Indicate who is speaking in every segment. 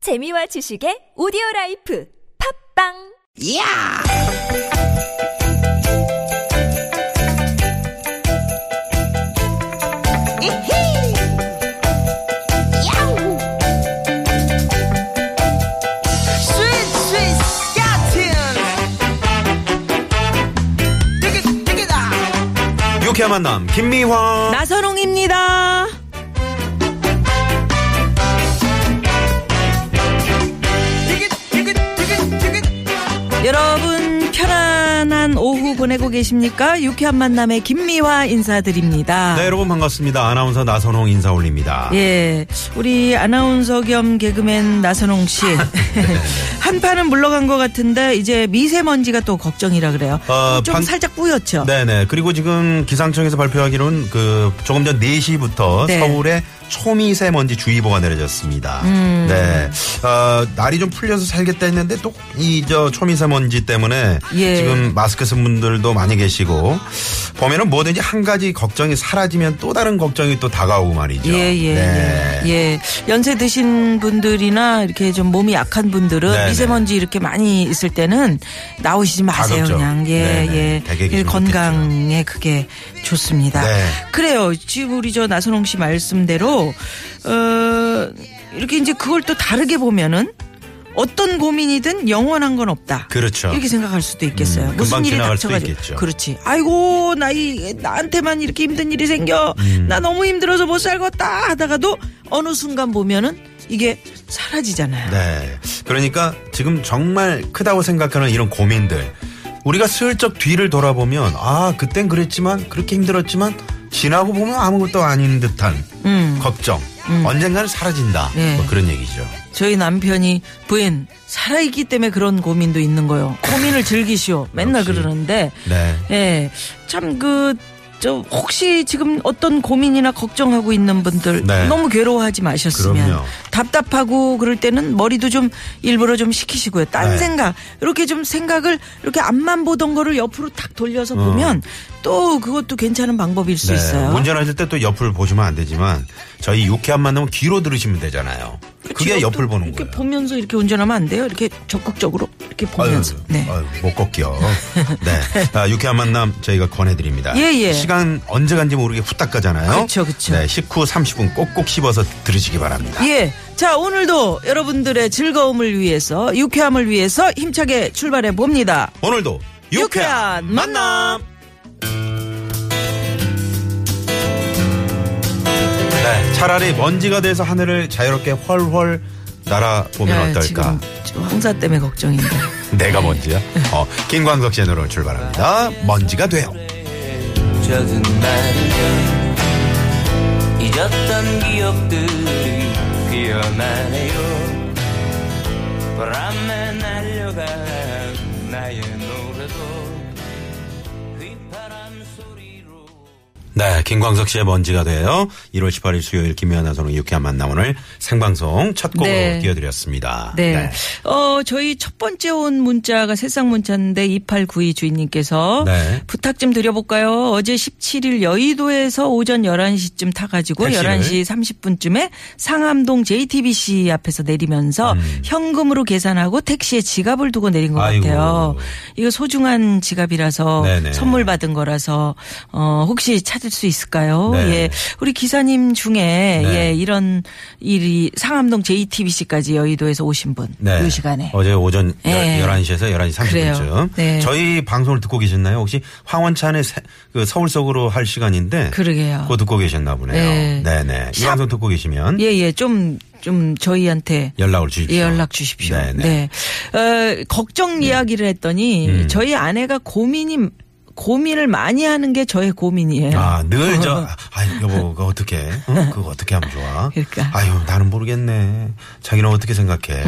Speaker 1: 재미와 지식의 오디오 라이프 팝빵
Speaker 2: 이야! 이히! 야우! 스윗, 스윗, 스틴! 되게, 되게다!
Speaker 3: 유쾌한 만남 김미화
Speaker 4: 나선홍입니다.
Speaker 2: 되게, 되게, 되게, 되게!
Speaker 4: 여러분 편안한 오후 보내고 계십니까? 유쾌한 만남의 김미화 인사드립니다.
Speaker 3: 네 여러분 반갑습니다 아나운서 나선홍 인사 올립니다
Speaker 4: 예, 우리 아나운서 겸 개그맨 나선홍 씨. 한 판은 물러간 것 같은데 이제 미세먼지가 또 걱정이라 그래요.
Speaker 3: 어,
Speaker 4: 좀
Speaker 3: 반-
Speaker 4: 살짝 뿌였죠.
Speaker 3: 네네 그리고 지금 기상청에서 발표하기로는 그 조금 전 4시부터
Speaker 4: 네.
Speaker 3: 서울에 초미세먼지 주의보가 내려졌습니다
Speaker 4: 음.
Speaker 3: 네 어, 날이 좀 풀려서 살겠다 했는데 또 이 저 초미세먼지 때문에
Speaker 4: 예.
Speaker 3: 지금 마스크 쓴 분들도 많이 계시고 보면은 뭐든지 한 가지 걱정이 사라지면 또 다른 걱정이 또 다가오고 말이죠
Speaker 4: 예, 예,
Speaker 3: 그렇죠. 네.
Speaker 4: 예, 예. 연세 드신 분들이나 이렇게 좀 몸이 약한 분들은
Speaker 3: 네, 네.
Speaker 4: 미세먼지 이렇게 많이 있을 때는 나오시지 마세요,
Speaker 3: 가급적.
Speaker 4: 그냥.
Speaker 3: 네,
Speaker 4: 예,
Speaker 3: 네. 댁에
Speaker 4: 예.
Speaker 3: 계시면
Speaker 4: 건강에 그게 좋습니다.
Speaker 3: 네.
Speaker 4: 그래요. 지금 우리 저 나선홍 씨 말씀대로, 어, 이렇게 이제 그걸 또 다르게 보면은 어떤 고민이든 영원한 건 없다.
Speaker 3: 그렇죠
Speaker 4: 이렇게 생각할 수도 있겠어요.
Speaker 3: 음, 금방
Speaker 4: 무슨 일이
Speaker 3: 지나갈 수도
Speaker 4: 닥쳐가지고.
Speaker 3: 있겠죠.
Speaker 4: 그렇지. 아이고 나이 나한테만 이렇게 힘든 일이 생겨. 나 너무 힘들어서 못 살겠다 하다가도 어느 순간 보면은 이게 사라지잖아요.
Speaker 3: 네. 그러니까 지금 정말 크다고 생각하는 이런 고민들. 우리가 슬쩍 뒤를 돌아보면 아, 그땐 그랬지만 그렇게 힘들었지만 지나고 보면 아무것도 아닌 듯한
Speaker 4: 음.
Speaker 3: 걱정. 언젠가는 사라진다.
Speaker 4: 네.
Speaker 3: 뭐 그런 얘기죠.
Speaker 4: 저희 남편이 부인 살아있기 때문에 그런 고민도 있는 거요. 고민을 즐기시오. 맨날
Speaker 3: 역시.
Speaker 4: 그러는데
Speaker 3: 네.
Speaker 4: 예. 참 그. 저 혹시 지금 어떤 고민이나 걱정하고 있는 분들
Speaker 3: 네.
Speaker 4: 너무 괴로워하지 마셨으면
Speaker 3: 그럼요.
Speaker 4: 답답하고 그럴 때는 머리도 좀 일부러 좀 식히시고요. 딴
Speaker 3: 네.
Speaker 4: 생각 이렇게 좀 생각을 이렇게 앞만 보던 거를 옆으로 탁 돌려서 보면 또 그것도 괜찮은 방법일
Speaker 3: 음.
Speaker 4: 수
Speaker 3: 네.
Speaker 4: 있어요.
Speaker 3: 운전하실 때 또 옆을 보시면 안 되지만 저희 유쾌한 만나면 귀로 들으시면 되잖아요. 그게
Speaker 4: 지금
Speaker 3: 옆을
Speaker 4: 또
Speaker 3: 보는
Speaker 4: 이렇게
Speaker 3: 거예요.
Speaker 4: 보면서 이렇게 운전하면 안 돼요. 이렇게 적극적으로 이렇게 보면서.
Speaker 3: 아유,
Speaker 4: 네.
Speaker 3: 아유, 못 꺾여. 네. 아, 유쾌한 만남 저희가 권해드립니다.
Speaker 4: 예, 예.
Speaker 3: 시간 언제 간지 모르게 후딱 가잖아요.
Speaker 4: 그쵸, 그쵸.
Speaker 3: 네. 식후 30분 꼭꼭 씹어서 들으시기 바랍니다.
Speaker 4: 예. 자, 오늘도 여러분들의 즐거움을 위해서, 유쾌함을 위해서 힘차게 출발해 봅니다.
Speaker 3: 오늘도 유쾌한
Speaker 4: 유쾌한
Speaker 3: 만남. 네, 차라리 먼지가 돼서 하늘을 자유롭게 훨훨 날아보면
Speaker 4: 야,
Speaker 3: 어떨까?
Speaker 4: 네, 지금 저 황사 때문에 걱정인데.
Speaker 3: 내가 먼지야? 어, 김광석 씨 노래로 출발합니다. 먼지가 돼요.
Speaker 5: 작은 말이여 잊었던 기억들이 피어나네요 바람에 날려간 나의 노래도 휘파람 소리로
Speaker 3: 네, 김광석 씨의 먼지가 돼요. 1월 18일 수요일 김연아 선우 유쾌한 만남 오늘 생방송 첫 곡으로
Speaker 4: 네.
Speaker 3: 띄워드렸습니다.
Speaker 4: 네. 어, 저희 첫 번째 온 문자가 새싹 문자인데 2892 주인님께서
Speaker 3: 네.
Speaker 4: 부탁 좀 드려볼까요? 어제 17일 여의도에서 오전 11시쯤 타가지고
Speaker 3: 택시를?
Speaker 4: 11시 30분쯤에 상암동 JTBC 앞에서 내리면서 현금으로 계산하고 택시에 지갑을 두고 내린 것
Speaker 3: 음. 아이고.
Speaker 4: 같아요. 이거 소중한 지갑이라서
Speaker 3: 네네.
Speaker 4: 선물 받은 거라서 어, 혹시 찾을 수 있을까요?
Speaker 3: 네.
Speaker 4: 예. 우리 기사님 중에 예, 이런 일이 상암동 JTBC까지 여의도에서 오신 분. 이 시간에.
Speaker 3: 네. 어제 오전 열-
Speaker 4: 예.
Speaker 3: 11시에서 11시 30분쯤.
Speaker 4: 그래요. 네.
Speaker 3: 저희 방송을 듣고 계셨나요? 혹시 황원찬의 세- 그 서울 속으로 할 시간인데.
Speaker 4: 그러게요.
Speaker 3: 그거 듣고 계셨나 보네요.
Speaker 4: 네.
Speaker 3: 네. 네이
Speaker 4: 샵-
Speaker 3: 방송 듣고 계시면
Speaker 4: 예, 예. 좀, 좀 저희한테.
Speaker 3: 연락을 주십시오.
Speaker 4: 예, 연락 주십시오.
Speaker 3: 네네. 네. 음.
Speaker 4: 네. 어, 걱정 이야기를 했더니 저희 아내가 고민이 고민을 많이 하는 게 저의 고민이에요.
Speaker 3: 아, 늘 저, 아이, 여보, 그거 어떻게, 응? 그거 어떻게 하면 좋아?
Speaker 4: 그러니까.
Speaker 3: 아유, 나는 모르겠네. 자기는 어떻게 생각해?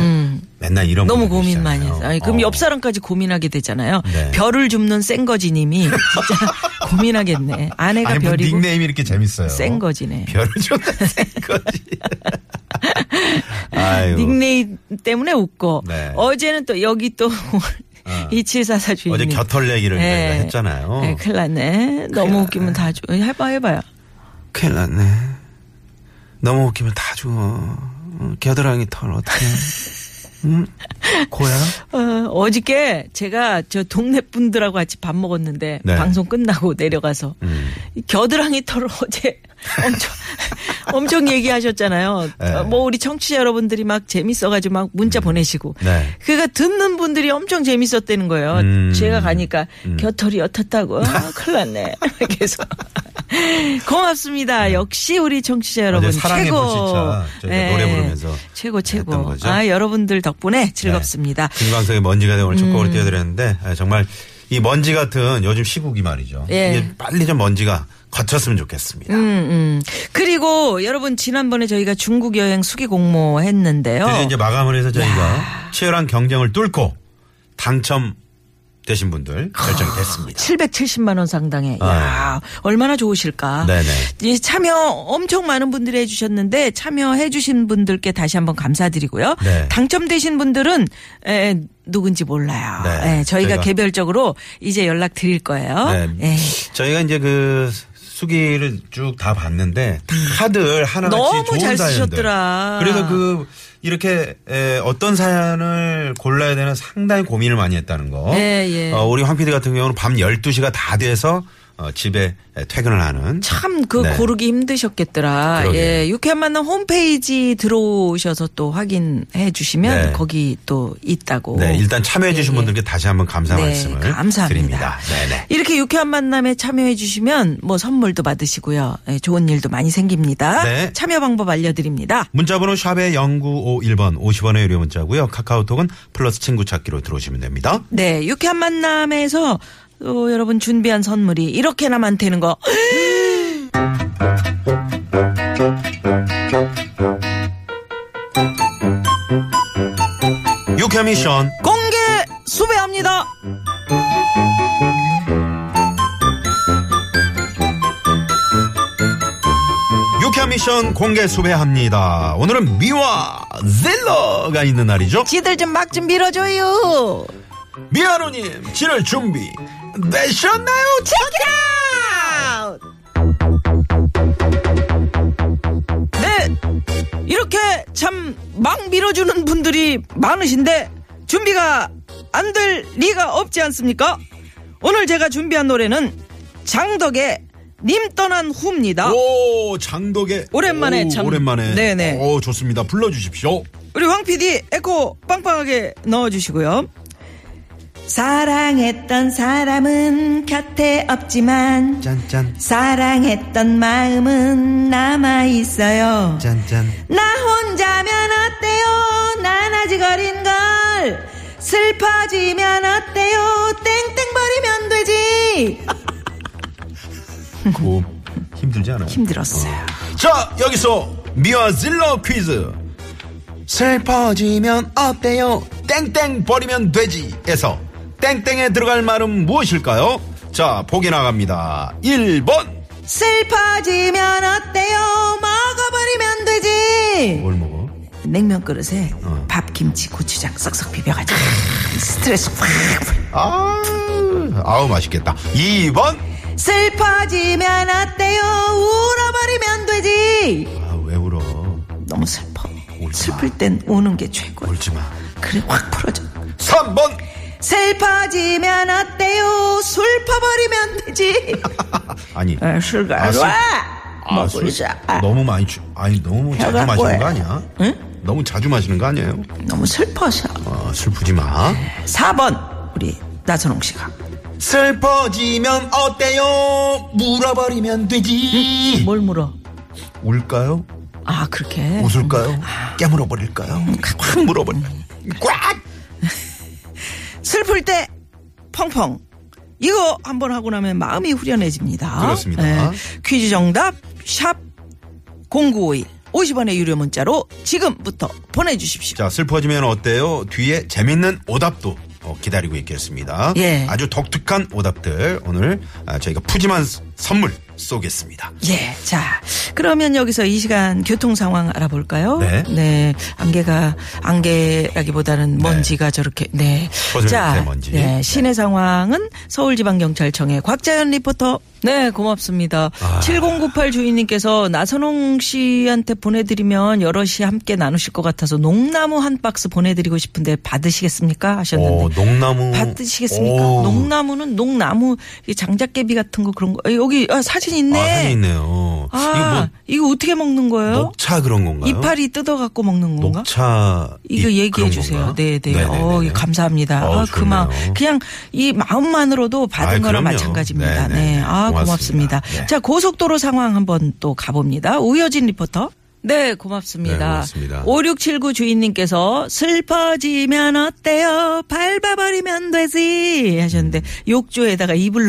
Speaker 3: 맨날 이런
Speaker 4: 음.
Speaker 3: 분들
Speaker 4: 너무 고민 많이
Speaker 3: 계시잖아요.
Speaker 4: 했어요. 아니, 그럼
Speaker 3: 어.
Speaker 4: 옆 사람까지 고민하게 되잖아요.
Speaker 3: 네.
Speaker 4: 별을 줍는 생거지님이 진짜 고민하겠네. 아내가
Speaker 3: 아니, 뭐
Speaker 4: 별이고
Speaker 3: 닉네임이 이렇게 재밌어요.
Speaker 4: 생거지네.
Speaker 3: 별을 줬다, 센 거지. 아유.
Speaker 4: 닉네임 때문에 웃고
Speaker 3: 어. 네. 어.
Speaker 4: 어제는 또 여기 또 이칠사사 주인
Speaker 3: 어제 겨털내기를
Speaker 4: 네.
Speaker 3: 저희가 했잖아요.
Speaker 4: 네, 큰일 났네. 너무 웃기면 다 예, 줘. 해봐 해봐요.
Speaker 3: 큰일 났네. 너무 웃기면 다 죽어. 어, 겨드랑이 털 어떻게? 응? 고야?
Speaker 4: 어, 어저께 제가 저 동네 분들하고 같이 밥 먹었는데
Speaker 3: 네.
Speaker 4: 방송 끝나고 내려가서
Speaker 3: 음.
Speaker 4: 이 겨드랑이 털을 어제 엄청 엄청 얘기하셨잖아요.
Speaker 3: 네.
Speaker 4: 어, 뭐 우리 청취자 여러분들이 막 재밌어가지고 막 문자 보내시고.
Speaker 3: 네.
Speaker 4: 그러니까 듣는 분들이 엄청 재밌었다는 거예요.
Speaker 3: 음.
Speaker 4: 제가 가니까 겨털이 옅었다고 아, 큰일 났네. 계속. 고맙습니다. 역시 우리 청취자 여러분
Speaker 3: 네. 사랑의
Speaker 4: 최고. 네.
Speaker 3: 불시착 저희가 노래 부르면서
Speaker 4: 최고
Speaker 3: 했던
Speaker 4: 최고.
Speaker 3: 거죠. 네.
Speaker 4: 아 여러분들 덕분에 즐겁습니다.
Speaker 3: 김광석의 먼지가 된 오늘 첫 곡으로 띄워드렸는데 아, 정말 이 먼지 같은 요즘 시국이 말이죠.
Speaker 4: 예.
Speaker 3: 이게 빨리 좀 먼지가 거쳤으면 좋겠습니다.
Speaker 4: 그리고 여러분 지난번에 저희가 중국 여행 수기 공모 했는데요.
Speaker 3: 드디어 이제 마감을 해서 저희가 치열한 경쟁을 뚫고 당첨되신 분들 결정이 됐습니다.
Speaker 4: 770만 원 상당의 야, 얼마나 좋으실까.
Speaker 3: 아. 네네.
Speaker 4: 이 참여 엄청 많은 분들이 해 주셨는데 참여해 주신 분들께 다시 한번 감사드리고요.
Speaker 3: 네.
Speaker 4: 당첨되신 분들은 에, 누군지 몰라요.
Speaker 3: 네,
Speaker 4: 예, 저희가
Speaker 3: 저희가-
Speaker 4: 개별적으로 이제 연락 드릴 거예요.
Speaker 3: 네. 저희가 이제 그 수기를 쭉 다 봤는데 다들 하나같이
Speaker 4: 음. 너무
Speaker 3: 좋은
Speaker 4: 잘
Speaker 3: 사연들.
Speaker 4: 쓰셨더라.
Speaker 3: 그래서 그 이렇게 에, 어떤 사연을 골라야 되나 상당히 고민을 많이 했다는 거.
Speaker 4: 예, 예.
Speaker 3: 어, 우리 황 PD 같은 경우는 밤 12시가 다 돼서 어, 집에 에, 퇴근을 하는
Speaker 4: 참 그
Speaker 3: 네.
Speaker 4: 고르기 힘드셨겠더라.
Speaker 3: 그러게요.
Speaker 4: 예. 유쾌한 만남 홈페이지 들어오셔서 또 확인해 주시면
Speaker 3: 네.
Speaker 4: 거기 또 있다고.
Speaker 3: 네, 일단 참여해 주신
Speaker 4: 예, 예.
Speaker 3: 분들께 다시 한번 감사
Speaker 4: 네,
Speaker 3: 말씀을
Speaker 4: 감사합니다.
Speaker 3: 드립니다. 네, 네.
Speaker 4: 이렇게 유쾌한 만남에 참여해 주시면 뭐 선물도 받으시고요. 예, 좋은 일도 많이 생깁니다.
Speaker 3: 네.
Speaker 4: 참여 방법 알려드립니다.
Speaker 3: 문자번호 샵의 0951번 50원의 유료 문자고요. 카카오톡은 플러스 친구 찾기로 들어오시면 됩니다.
Speaker 4: 네, 유쾌한 만남에서 또 여러분 준비한 선물이 이렇게나 많다는 거.
Speaker 3: 유쾌 미션
Speaker 4: 공개 수배합니다.
Speaker 3: 유쾌 미션 공개 수배합니다. 오늘은 미와 젤러가 있는 날이죠.
Speaker 4: 지들 좀 막 좀 밀어줘요.
Speaker 3: 미아노님 지낼 준비 되셨나요?
Speaker 4: 아웃! 네, 이렇게 참 막 밀어주는 분들이 많으신데 준비가 안 될 리가 없지 않습니까? 오늘 제가 준비한 노래는 장덕의 님 떠난 후입니다.
Speaker 3: 오 장덕의
Speaker 4: 아. 오랜만에
Speaker 3: 오,
Speaker 4: 장-
Speaker 3: 오랜만에
Speaker 4: 네네.
Speaker 3: 오 좋습니다. 불러주십시오.
Speaker 4: 우리 황 PD 에코 빵빵하게 넣어주시고요. 사랑했던 사람은 곁에 없지만
Speaker 3: 짠짠
Speaker 4: 사랑했던 마음은 남아 있어요.
Speaker 3: 짠짠
Speaker 4: 나 혼자면 어때요? 나나지거린 걸 슬퍼지면 어때요? 땡땡거리면 되지. 아,
Speaker 3: 고 힘들지 않아요?
Speaker 4: 힘들었어요.
Speaker 3: 자 여기서 미와 질러 퀴즈 슬퍼지면 어때요 땡땡 버리면 되지 에서 땡땡에 들어갈 말은 무엇일까요 자 보기 나갑니다 1번
Speaker 4: 슬퍼지면 어때요? 먹어버리면 되지.
Speaker 3: 뭘 먹어
Speaker 4: 냉면 그릇에
Speaker 3: 어.
Speaker 4: 밥, 김치, 고추장 쏙쏙 비벼가지고 아, 스트레스 확.
Speaker 3: 아 아우 맛있겠다 2번
Speaker 4: 슬퍼지면 어때요? 울어버리면 되지.
Speaker 3: 아 왜 울어
Speaker 4: 너무 슬퍼.
Speaker 3: 울지 마.
Speaker 4: 슬플 땐 우는 게 최고야.
Speaker 3: 울지마
Speaker 4: 그래 확 풀어져
Speaker 3: 3번
Speaker 4: 슬퍼지면 어때요 술 퍼버리면 되지
Speaker 3: 아니
Speaker 4: 에, 술
Speaker 3: 아, 술-
Speaker 4: 가져와
Speaker 3: 술
Speaker 4: 먹으자 아,
Speaker 3: 너무 많이 취, 아니 너무 자주
Speaker 4: 배가
Speaker 3: 마시는 거
Speaker 4: 고해.
Speaker 3: 아니야 너무 자주 마시는 거 아니에요
Speaker 4: 너무 슬퍼서
Speaker 3: 아, 슬프지 마
Speaker 4: 4번 우리 나선홍 씨가
Speaker 3: 슬퍼지면 어때요? 물어버리면 되지.
Speaker 4: 뭘 물어
Speaker 3: 음, 울까요?
Speaker 4: 아 그렇게
Speaker 3: 웃을까요? 깨물어 버릴까요? 아. 음, 확 물어버려. 꽉!
Speaker 4: 슬플 때 펑펑 이거 한번 하고 나면 마음이 후련해집니다 네.
Speaker 3: 그렇습니다.
Speaker 4: 퀴즈 정답 샵 0951 50원의 유료 문자로 지금부터 보내주십시오
Speaker 3: 자, 슬퍼지면 어때요? 뒤에 재밌는 오답도 어, 기다리고 있겠습니다.
Speaker 4: 예.
Speaker 3: 아주 독특한 오답들 오늘 아, 저희가 푸짐한 스- 선물 쏘겠습니다.
Speaker 4: 예. 자, 그러면 여기서 이 시간 교통 상황 알아볼까요?
Speaker 3: 네.
Speaker 4: 안개가, 안개라기보다는 먼지가 저렇게, 네.
Speaker 3: 퍼즐 밑에
Speaker 4: 자,
Speaker 3: 먼지.
Speaker 4: 네. 시내 상황은 서울지방경찰청의 곽자연 리포터. 네, 고맙습니다.
Speaker 3: 아.
Speaker 4: 7098 주인님께서 나선홍 씨한테 보내드리면 여럿이 함께 나누실 것 같아서 농나무 한 박스 보내드리고 싶은데 받으시겠습니까? 하셨는데.
Speaker 3: 오, 어, 농나무.
Speaker 4: 받으시겠습니까?
Speaker 3: 오.
Speaker 4: 농나무는 농나무 이 장작개비 같은 거 그런 거 아, 여기 아, 사진 있네.
Speaker 3: 아, 산이 있네요.
Speaker 4: 아, 이거 어떻게 먹는
Speaker 3: 이거
Speaker 4: 거예요?
Speaker 3: 뭐 녹차 그런 건가요?
Speaker 4: 이파리 뜯어 갖고 먹는 건가?
Speaker 3: 녹차
Speaker 4: 이거
Speaker 3: 잎
Speaker 4: 얘기해
Speaker 3: 그런
Speaker 4: 주세요.
Speaker 3: 건가?
Speaker 4: 네, 네.
Speaker 3: 네네네네.
Speaker 4: 어, 예, 감사합니다.
Speaker 3: 어,
Speaker 4: 아,
Speaker 3: 좋네요.
Speaker 4: 그만 그냥 이 마음만으로도 받은
Speaker 3: 아이,
Speaker 4: 거랑
Speaker 3: 그럼요.
Speaker 4: 마찬가지입니다.
Speaker 3: 네,
Speaker 4: 네.
Speaker 3: 네, 네.
Speaker 4: 아,
Speaker 3: 고맙습니다.
Speaker 4: 고맙습니다.
Speaker 3: 네.
Speaker 4: 자, 고속도로 상황 한번 또 가봅니다. 우효진 리포터. 네, 고맙습니다.
Speaker 3: 네, 고맙습니다.
Speaker 4: 5679 주인님께서 슬퍼지면 어때요? 밟아버리면 되지. 하셨는데, 욕조에다가 이불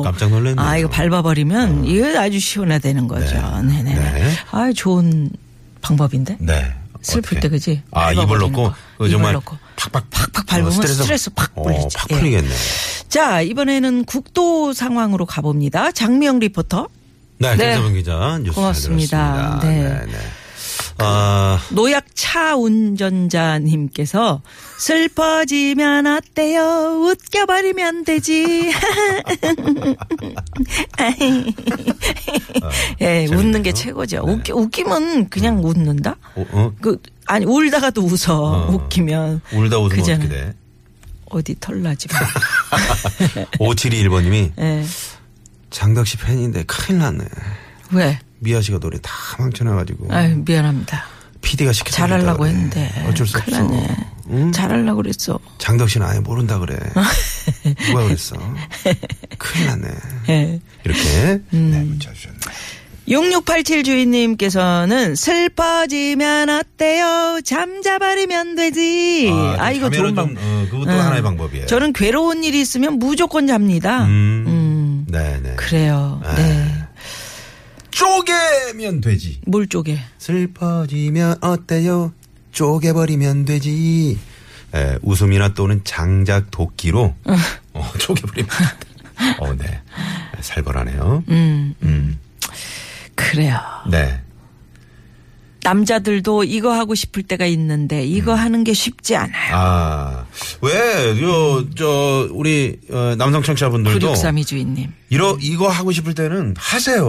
Speaker 3: 음. 아, 깜짝 놀랐네요. 어.
Speaker 4: 아, 이거 밟아버리면, 이거 아주 시원하다는 거죠. 네. 네네
Speaker 3: 네.
Speaker 4: 아, 좋은 방법인데?
Speaker 3: 네.
Speaker 4: 슬플
Speaker 3: 어떡해.
Speaker 4: 때 그지?
Speaker 3: 아,
Speaker 4: 밟아버리는
Speaker 3: 입을 넣고
Speaker 4: 거.
Speaker 3: 그
Speaker 4: 입을
Speaker 3: 정말
Speaker 4: 넣고.
Speaker 3: 팍팍 어,
Speaker 4: 팍팍 밟으면 스트레스 팍 풀리지.
Speaker 3: 팍
Speaker 4: 예.
Speaker 3: 풀리겠네요.
Speaker 4: 자, 이번에는 국도 상황으로 가봅니다. 장미영 리포터.
Speaker 3: 네,
Speaker 4: 네.
Speaker 3: 김서방 기자 뉴스
Speaker 4: 고맙습니다.
Speaker 3: 잘 들었습니다.
Speaker 4: 네.
Speaker 3: 아,
Speaker 4: 노약차 운전자님께서 슬퍼지면 어때요? 웃겨버리면 되지. 예,
Speaker 3: 아, 재밌네요.
Speaker 4: 웃는 게 최고죠. 웃기, 웃기면 그냥 웃는다?
Speaker 3: 어, 어?
Speaker 4: 그, 아니, 울다가도 웃어.
Speaker 3: 어.
Speaker 4: 웃기면.
Speaker 3: 울다 웃으면
Speaker 4: 그잖아.
Speaker 3: 어떻게 돼?
Speaker 4: 어디 털나지. 뭐. 네.
Speaker 3: 5721번님이
Speaker 4: 예.
Speaker 3: 장덕 씨 팬인데 큰일 났네.
Speaker 4: 왜?
Speaker 3: 미아 씨가 노래 다 망쳐놔가지고.
Speaker 4: 아유, 미안합니다.
Speaker 3: PD가 시켰다.
Speaker 4: 잘하려고 했는데.
Speaker 3: 어쩔 수
Speaker 4: 큰일
Speaker 3: 없어.
Speaker 4: 났네.
Speaker 3: 음?
Speaker 4: 잘하려고 그랬어.
Speaker 3: 장덕 씨는 아예 모른다 그래. 누가 그랬어? 큰일 났네.
Speaker 4: 예. 음.
Speaker 3: 이렇게 네, 문자 주셨네.
Speaker 4: 6687 주인님께서는 슬퍼지면 어때요? 잠자버리면 되지.
Speaker 3: 아,
Speaker 4: 아,
Speaker 3: 좀
Speaker 4: 이거
Speaker 3: 자면은 좀,
Speaker 4: 좋은 방
Speaker 3: 어, 그것도 하나의 방법이에요.
Speaker 4: 저는 괴로운 일이 있으면 무조건 잡니다.
Speaker 3: 음. 네, 네.
Speaker 4: 그래요. 네.
Speaker 3: 쪼개면 되지.
Speaker 4: 물 쪽에.
Speaker 3: 슬퍼지면 어때요? 쪼개버리면 되지. 에, 웃음이나 또는 장작 도끼로 어, 쪼개버리면 돼. 어, 네. 살벌하네요.
Speaker 4: 음,
Speaker 3: 음.
Speaker 4: 그래요.
Speaker 3: 네.
Speaker 4: 남자들도 이거 하고 싶을 때가 있는데 이거 하는 게 쉽지
Speaker 3: 음.
Speaker 4: 않아요.
Speaker 3: 아, 왜, 요, 저, 우리, 어, 남성 청취자분들도.
Speaker 4: 9632 주인님.
Speaker 3: 이러, 이거 하고 싶을 때는 하세요.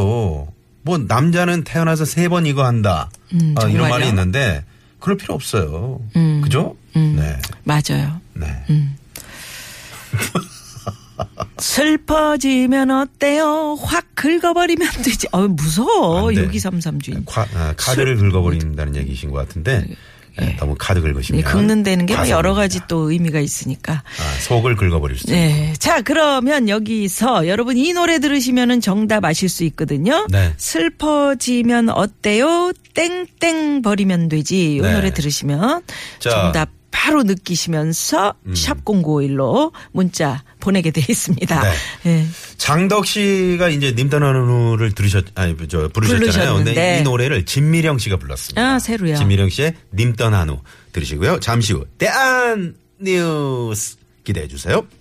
Speaker 3: 뭐, 남자는 태어나서 세 번 이거 한다.
Speaker 4: 음,
Speaker 3: 아, 이런
Speaker 4: 정말요?
Speaker 3: 말이 있는데, 그럴 필요 없어요.
Speaker 4: 음.
Speaker 3: 그죠?
Speaker 4: 음.
Speaker 3: 네.
Speaker 4: 맞아요.
Speaker 3: 네.
Speaker 4: 음. 슬퍼지면 어때요? 확 긁어버리면 되지. 어 무서워.
Speaker 3: 안 돼.
Speaker 4: 6233 주인.
Speaker 3: 과- 아, 카드를 긁어버린다는 얘기이신 것 같은데 예, 너무 카드 긁으시면
Speaker 4: 네, 긁는다는 게 뭐
Speaker 3: 과상입니다.
Speaker 4: 여러 가지 또 의미가 있으니까.
Speaker 3: 아, 속을 긁어버릴 수 있어요.
Speaker 4: 네. 자, 그러면 여기서 여러분 이 노래 들으시면은 정답 아실 수 있거든요.
Speaker 3: 네.
Speaker 4: 슬퍼지면 어때요? 땡땡 버리면 되지. 이
Speaker 3: 네.
Speaker 4: 노래 들으시면
Speaker 3: 자. 음.
Speaker 4: 정답 바로 느끼시면서 샵 0951로 문자 보내게 돼 있습니다.
Speaker 3: 네.
Speaker 4: 예.
Speaker 3: 장덕 씨가 이제 님따나누를 들으셨 아니 저 부르셨잖아요.
Speaker 4: 부르셨는데.
Speaker 3: 근데 이 노래를 진미령 씨가 불렀습니다.
Speaker 4: 아, 새로요.
Speaker 3: 진미령 씨의 님떠나누 들으시고요. 잠시 후 대한 뉴스 기대해 주세요.